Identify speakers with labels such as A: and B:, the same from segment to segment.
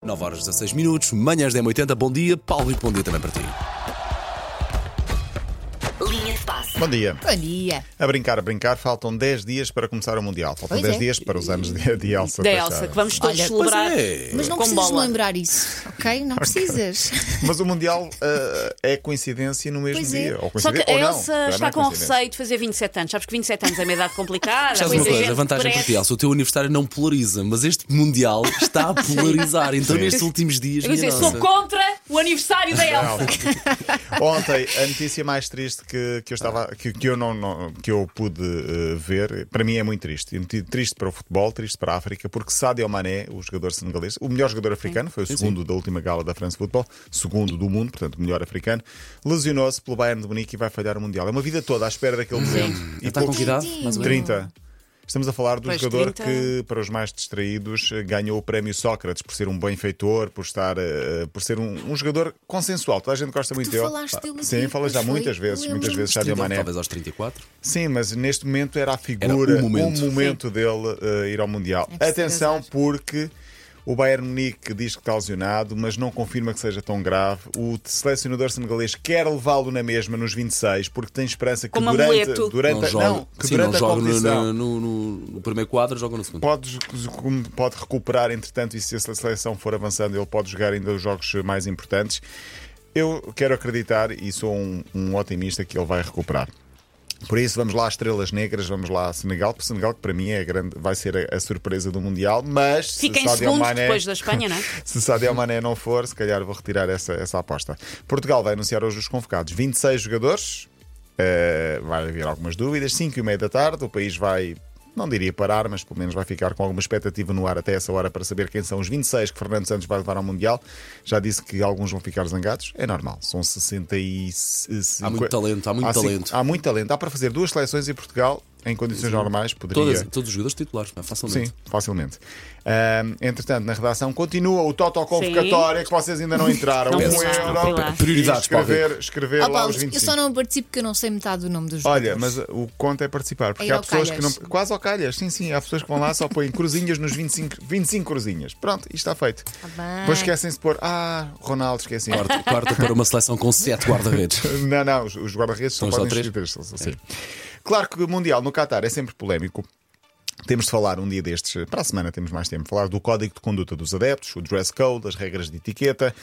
A: 9 horas 16 minutos, manhãs 10h80. Bom dia, Paulo, e bom dia também para ti.
B: Linha de passe.
C: Bom dia.
D: Bom dia.
C: A brincar, a brincar, faltam 10 dias para começar o Mundial. Faltam
D: Pois
C: 10
D: é.
C: dias para os anos de, de Elsa.
B: Da
C: Teixeira.
B: Elsa, que vamos todos
D: Olha,
B: celebrar.
A: pois é.
D: Mas não
B: com
D: precisas
B: bola.
D: lembrar isso, ok? Não precisas.
C: Mas o Mundial ah, é coincidência no mesmo
D: Pois é.
C: dia. Ou
B: Só que
C: coincidência, ou
B: a
C: não.
B: Elsa
C: Também não
B: está
C: é
B: com
C: coincidência.
B: receio de fazer 27 anos. Sabes que 27 anos é uma idade complicada.
A: Sabes uma
B: muita
A: coisa,
B: gente
A: a vantagem para ti,
B: depressa.
A: Elsa, o teu aniversário não polariza, mas este Mundial está a polarizar. Então,
C: Sim.
A: nestes últimos dias,
B: Eu ia dizer,
A: minha
B: sou
A: nossa.
B: contra o aniversário da Elsa.
C: Não. Ontem, a notícia mais triste que, que eu estava que, que eu não, não- que eu pude eh, ver, para mim é muito triste. E muito Triste para o futebol, triste para a África, porque Sadio Mané, o jogador senegalês, o melhor jogador africano, foi o segundo da última gala da France Football, segundo do mundo, portanto, o melhor africano, lesionou-se pelo Bayern de Munique e vai falhar o Mundial. É uma vida toda à espera daquele momento. E
A: Está com
C: poucos-
A: que idade? Mais ou menos?
C: 30. Estamos a falar do
B: Pois,
C: jogador
B: 30.
C: que, para os mais distraídos, eh, ganhou o prémio Sócrates por ser um bom feitor, por, estar, eh, por ser um, um jogador consensual. Toda a gente gosta muito
D: Tu
C: dele.
D: falaste
C: Ah,
D: dele
C: Sim,
D: aqui,
C: falei já
D: pois foi.
C: muitas vezes,
D: Lembro-me.
C: muitas vezes já deu
A: Então,
C: mané.
A: talvez aos 34.
C: Sim, mas neste momento era a figura, um
A: Era o momento.
C: dele eh, ir ao Mundial.
D: É preciso
C: Atenção,
D: azar.
C: porque o Bayern Munique diz que está lesionado, mas não confirma que seja tão grave. O selecionador senegalês quer levá-lo na mesma nos 26, porque tem esperança que
B: Como
C: durante,
B: amuleto.
C: durante,
A: Não joga,
C: não, que
A: sim, não
C: durante a
A: joga no, no-
C: competição
A: no- no- no primeiro quadro, joga no segundo.
C: pode, pode recuperar, entretanto, e se a seleção for avançando, ele pode jogar ainda os jogos mais importantes. Eu quero acreditar e sou um, um otimista que ele vai recuperar. Por isso, vamos lá às Estrelas Negras, vamos lá a Senegal, porque Senegal, que para mim é a grande, vai ser a, a surpresa do Mundial, mas se
B: Fica em
C: Sadio
B: segundo
C: Mané-
B: depois da Espanha, não é?
C: se Sadio Mané não for, se calhar vou retirar essa, essa aposta. Portugal vai anunciar hoje os convocados. 26 jogadores, eh, vai haver algumas dúvidas. 5 e meia da tarde, o país vai, não diria parar, mas pelo menos vai ficar com alguma expectativa no ar até essa hora para saber quem são os 26 que Fernando Santos vai levar ao Mundial. Já disse que alguns vão ficar zangados, é normal. São 65.
A: Há muito talento, há muito
C: cinco-
A: talento.
C: Há muito talento. Dá para fazer duas seleções em Portugal, em condições normais, poderia.
A: Todas- todos os jogadores titulares, não é? facilmente.
C: Sim, facilmente. Ahm, entretanto, na redação continua o Toto Convocatória que vocês ainda não entraram.
B: Não
C: um
B: sei lá, não sei lá.
C: euro.
A: Prioridades,
C: E Escrever, escrever lá
D: Ó, Ah, Paulo,
C: os
D: eu
C: 25.
D: só não participo porque eu não sei metade do nome dos
C: Olha,
D: jogadores.
C: mas o conto é participar, porque
D: É ir
C: há
D: ao
C: pessoas
D: calhas.
C: que não. Quase ao calhas, sim, sim. Há pessoas que vão lá só põem cruzinhas nos 25, 25 cruzinhas. Pronto, isto está feito.
D: Tá bem.
C: Depois esquecem-se de pôr. Ah, Ronaldo, esqueci.
A: Quarta, quarta para uma seleção com 7 guarda-redes.
C: Não, não, os, os guarda-redes só
A: São só
C: podem
A: três? É.
C: escolher três, são- são- sim. Claro que o Mundial no Qatar é sempre polémico. Temos de falar um dia destes, para a semana temos mais tempo, falar do código de conduta dos adeptos, o dress code, as regras de etiqueta,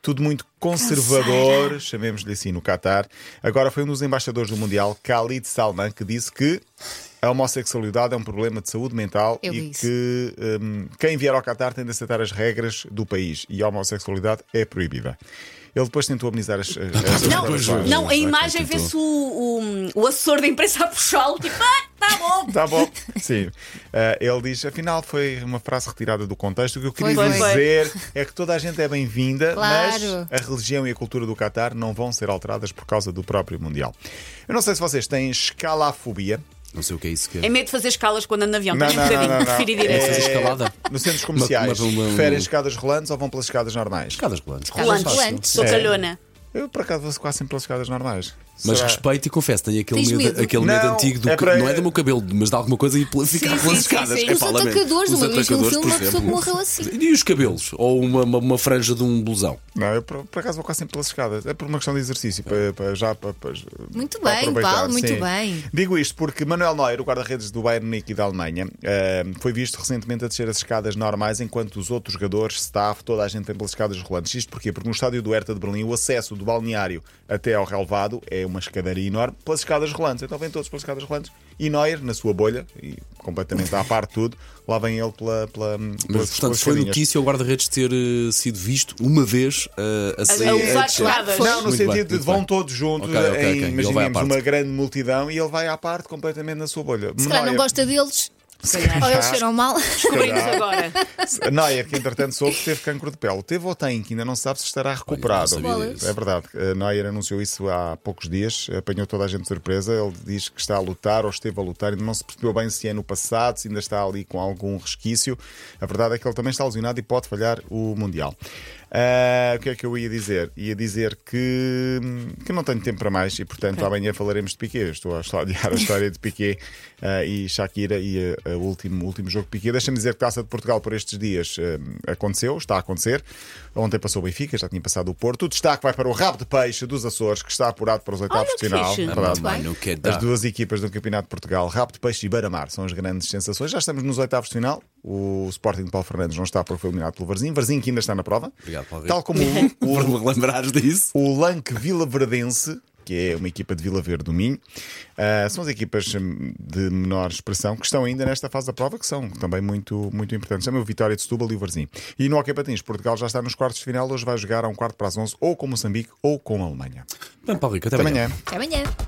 C: tudo muito conservador, chamemos-lhe assim, no Qatar. Agora foi um dos embaixadores do Mundial, Khalid Salman, que disse que a homossexualidade é um problema de saúde mental
D: Eu
C: e
D: vi isso.
C: que hum, quem vier ao Qatar tem de aceitar as regras do país e a homossexualidade é proibida. Ele depois tentou amenizar as. as- as-
B: Não,
C: as- as-
B: não, a
A: Vai,
B: imagem
A: vai,
B: vê-se o, o, o assessor da imprensa a puxá-lo, tipo, ah, tá bom.
C: Tá bom, sim. Ah, ele diz, afinal, foi uma frase retirada do contexto. O que eu queria
D: Foi,
B: foi.
C: dizer é que toda a gente é bem-vinda,
D: Claro.
C: mas a religião e a cultura do Qatar não vão ser alteradas por causa do próprio Mundial. Eu não sei se vocês têm escalafobia.
A: Não sei o que é isso que é.
B: É medo de fazer escalas quando ando no avião,
C: Não,
B: tenho um
C: não, não,
B: bocadinho,
C: não, não.
B: prefiro ir
A: É
B: direto.
A: fazer escalada.
C: Nos centros comerciais,
A: Uma- uma- uma-
C: preferem escadas rolantes ou vão pelas escadas normais?
A: Escadas rolantes.
D: Rolantes.
A: Fácil.
D: Rolantes.
B: Sou
C: É.
B: calhona.
C: Eu, por acaso, vou quase sempre pelas escadas normais.
A: Mas
C: Será?
A: respeito e confesso, tenho aquele
D: Tens
A: medo,
D: medo?
A: aquele medo
C: Não,
A: antigo do
C: é
A: ca-
C: para-
A: não é do meu cabelo, mas de alguma coisa e pela- ficar
B: Sim,
A: pelas
B: sim,
A: escadas.
B: sim, sim.
A: É
B: Os
A: pá, lamento.
D: atacadores,
A: Os
D: uma vez num
A: atacadores,
D: um filme,
A: por
D: uma pessoa
A: exemplo.
D: que morreu assim.
A: E os cabelos? Ou uma, uma, uma franja de um blusão?
C: Não, eu por, por acaso vou quase sempre pelas escadas. É por uma questão de exercício.
A: É.
C: Para, para- já, para, para-
D: Muito
C: para
D: bem,
C: aproveitar,
D: Paulo, muito
C: sim.
D: bem.
C: Digo isto porque Manuel Neuer, o guarda-redes do Bayern Munique e da Alemanha, eh, foi visto recentemente a descer as escadas normais, enquanto os outros jogadores, staff, toda a gente tem pelas escadas rolantes. Isto porquê? Porque no estádio do Herta de Berlim, o acesso do balneário até ao relevado é uma escadaria enorme pelas escadas rolantes. Então vêm todos pelas escadas rolantes. E Neuer, na sua bolha, e completamente à parte de tudo, lá vem ele pela, pela,
A: Mas,
C: pelas,
A: portanto,
C: pelas
A: foi
C: escadinhas.
A: notícia ao guarda-redes ter eh, sido visto uma vez eh, a sair.
B: a usar
A: descer.
B: escadas.
C: Não, no
A: Muito bem,
C: sentido de
A: muito
C: vão
A: bem.
C: todos juntos,
A: Ok, ok,
C: em-
A: ok. Ele vai à
C: imaginemos
A: parte.
C: uma grande multidão e ele vai à parte completamente na sua bolha.
D: Se calhar não
C: Neuer-
D: gosta deles,
B: Se calhar.
D: ou eles cheiram mal.
B: Descobrimos
C: calhar.
B: agora.
C: Neuer, que entretanto soube que teve cancro de pele. Teve ou tem, que ainda não se sabe se estará recuperado.
A: Olha, não sabia disso.
C: é verdade. Eh, Neuer anunciou isso há poucos dias, apanhou toda a gente de surpresa. Ele diz que está a lutar ou esteve a lutar, ainda não se percebeu bem se é no passado, se ainda está ali com algum resquício. A verdade é que ele também está lesionado e pode falhar o Mundial. Ah, o que é que eu ia dizer? Ia dizer que, hum, que não tenho tempo para mais e, portanto, amanhã falaremos de Piquet. Eu Estou a estudar a história de Piquet ah, e Shakira e ah, o último, o último jogo de Piquet. Deixa-me dizer que a Taça de Portugal por estes dias ah, aconteceu, está a acontecer. Ontem passou o Benfica, já tinha passado o Porto. O destaque vai para o rabo de peixe dos Açores, que está apurado para os oitavos
B: Olha
C: de
B: que
C: final. É
B: fixe.
C: Verdade.
D: Muito bem.
A: Não quer
C: As
A: dar.
C: duas equipas do Campeonato de Portugal, Rápido Peixe e Beira-Mar, são as grandes sensações. Já estamos nos oitavos de final. O Sporting de Paulo Fernandes não está porque foi eliminado pelo Varzim. Varzim que ainda está na prova.
A: Obrigado, Paulo
C: Tal como o,
A: Por me lembrares disso.
C: o Lanque Vila Verdense, que é uma equipa de Vila Verde do Minho, ah, são as equipas hum, de menor expressão que estão ainda nesta fase da prova, que são também muito, muito importantes. Também o Vitória de Setúbal e o Varzim. E no Hockey Patins, Portugal já está nos quartos de final. Hoje vai jogar a um quarto para as 11, ou com Moçambique ou com a Alemanha.
A: Bem, Paulo Rico, até
C: Até
A: amanhã.
C: amanhã.
D: Até amanhã.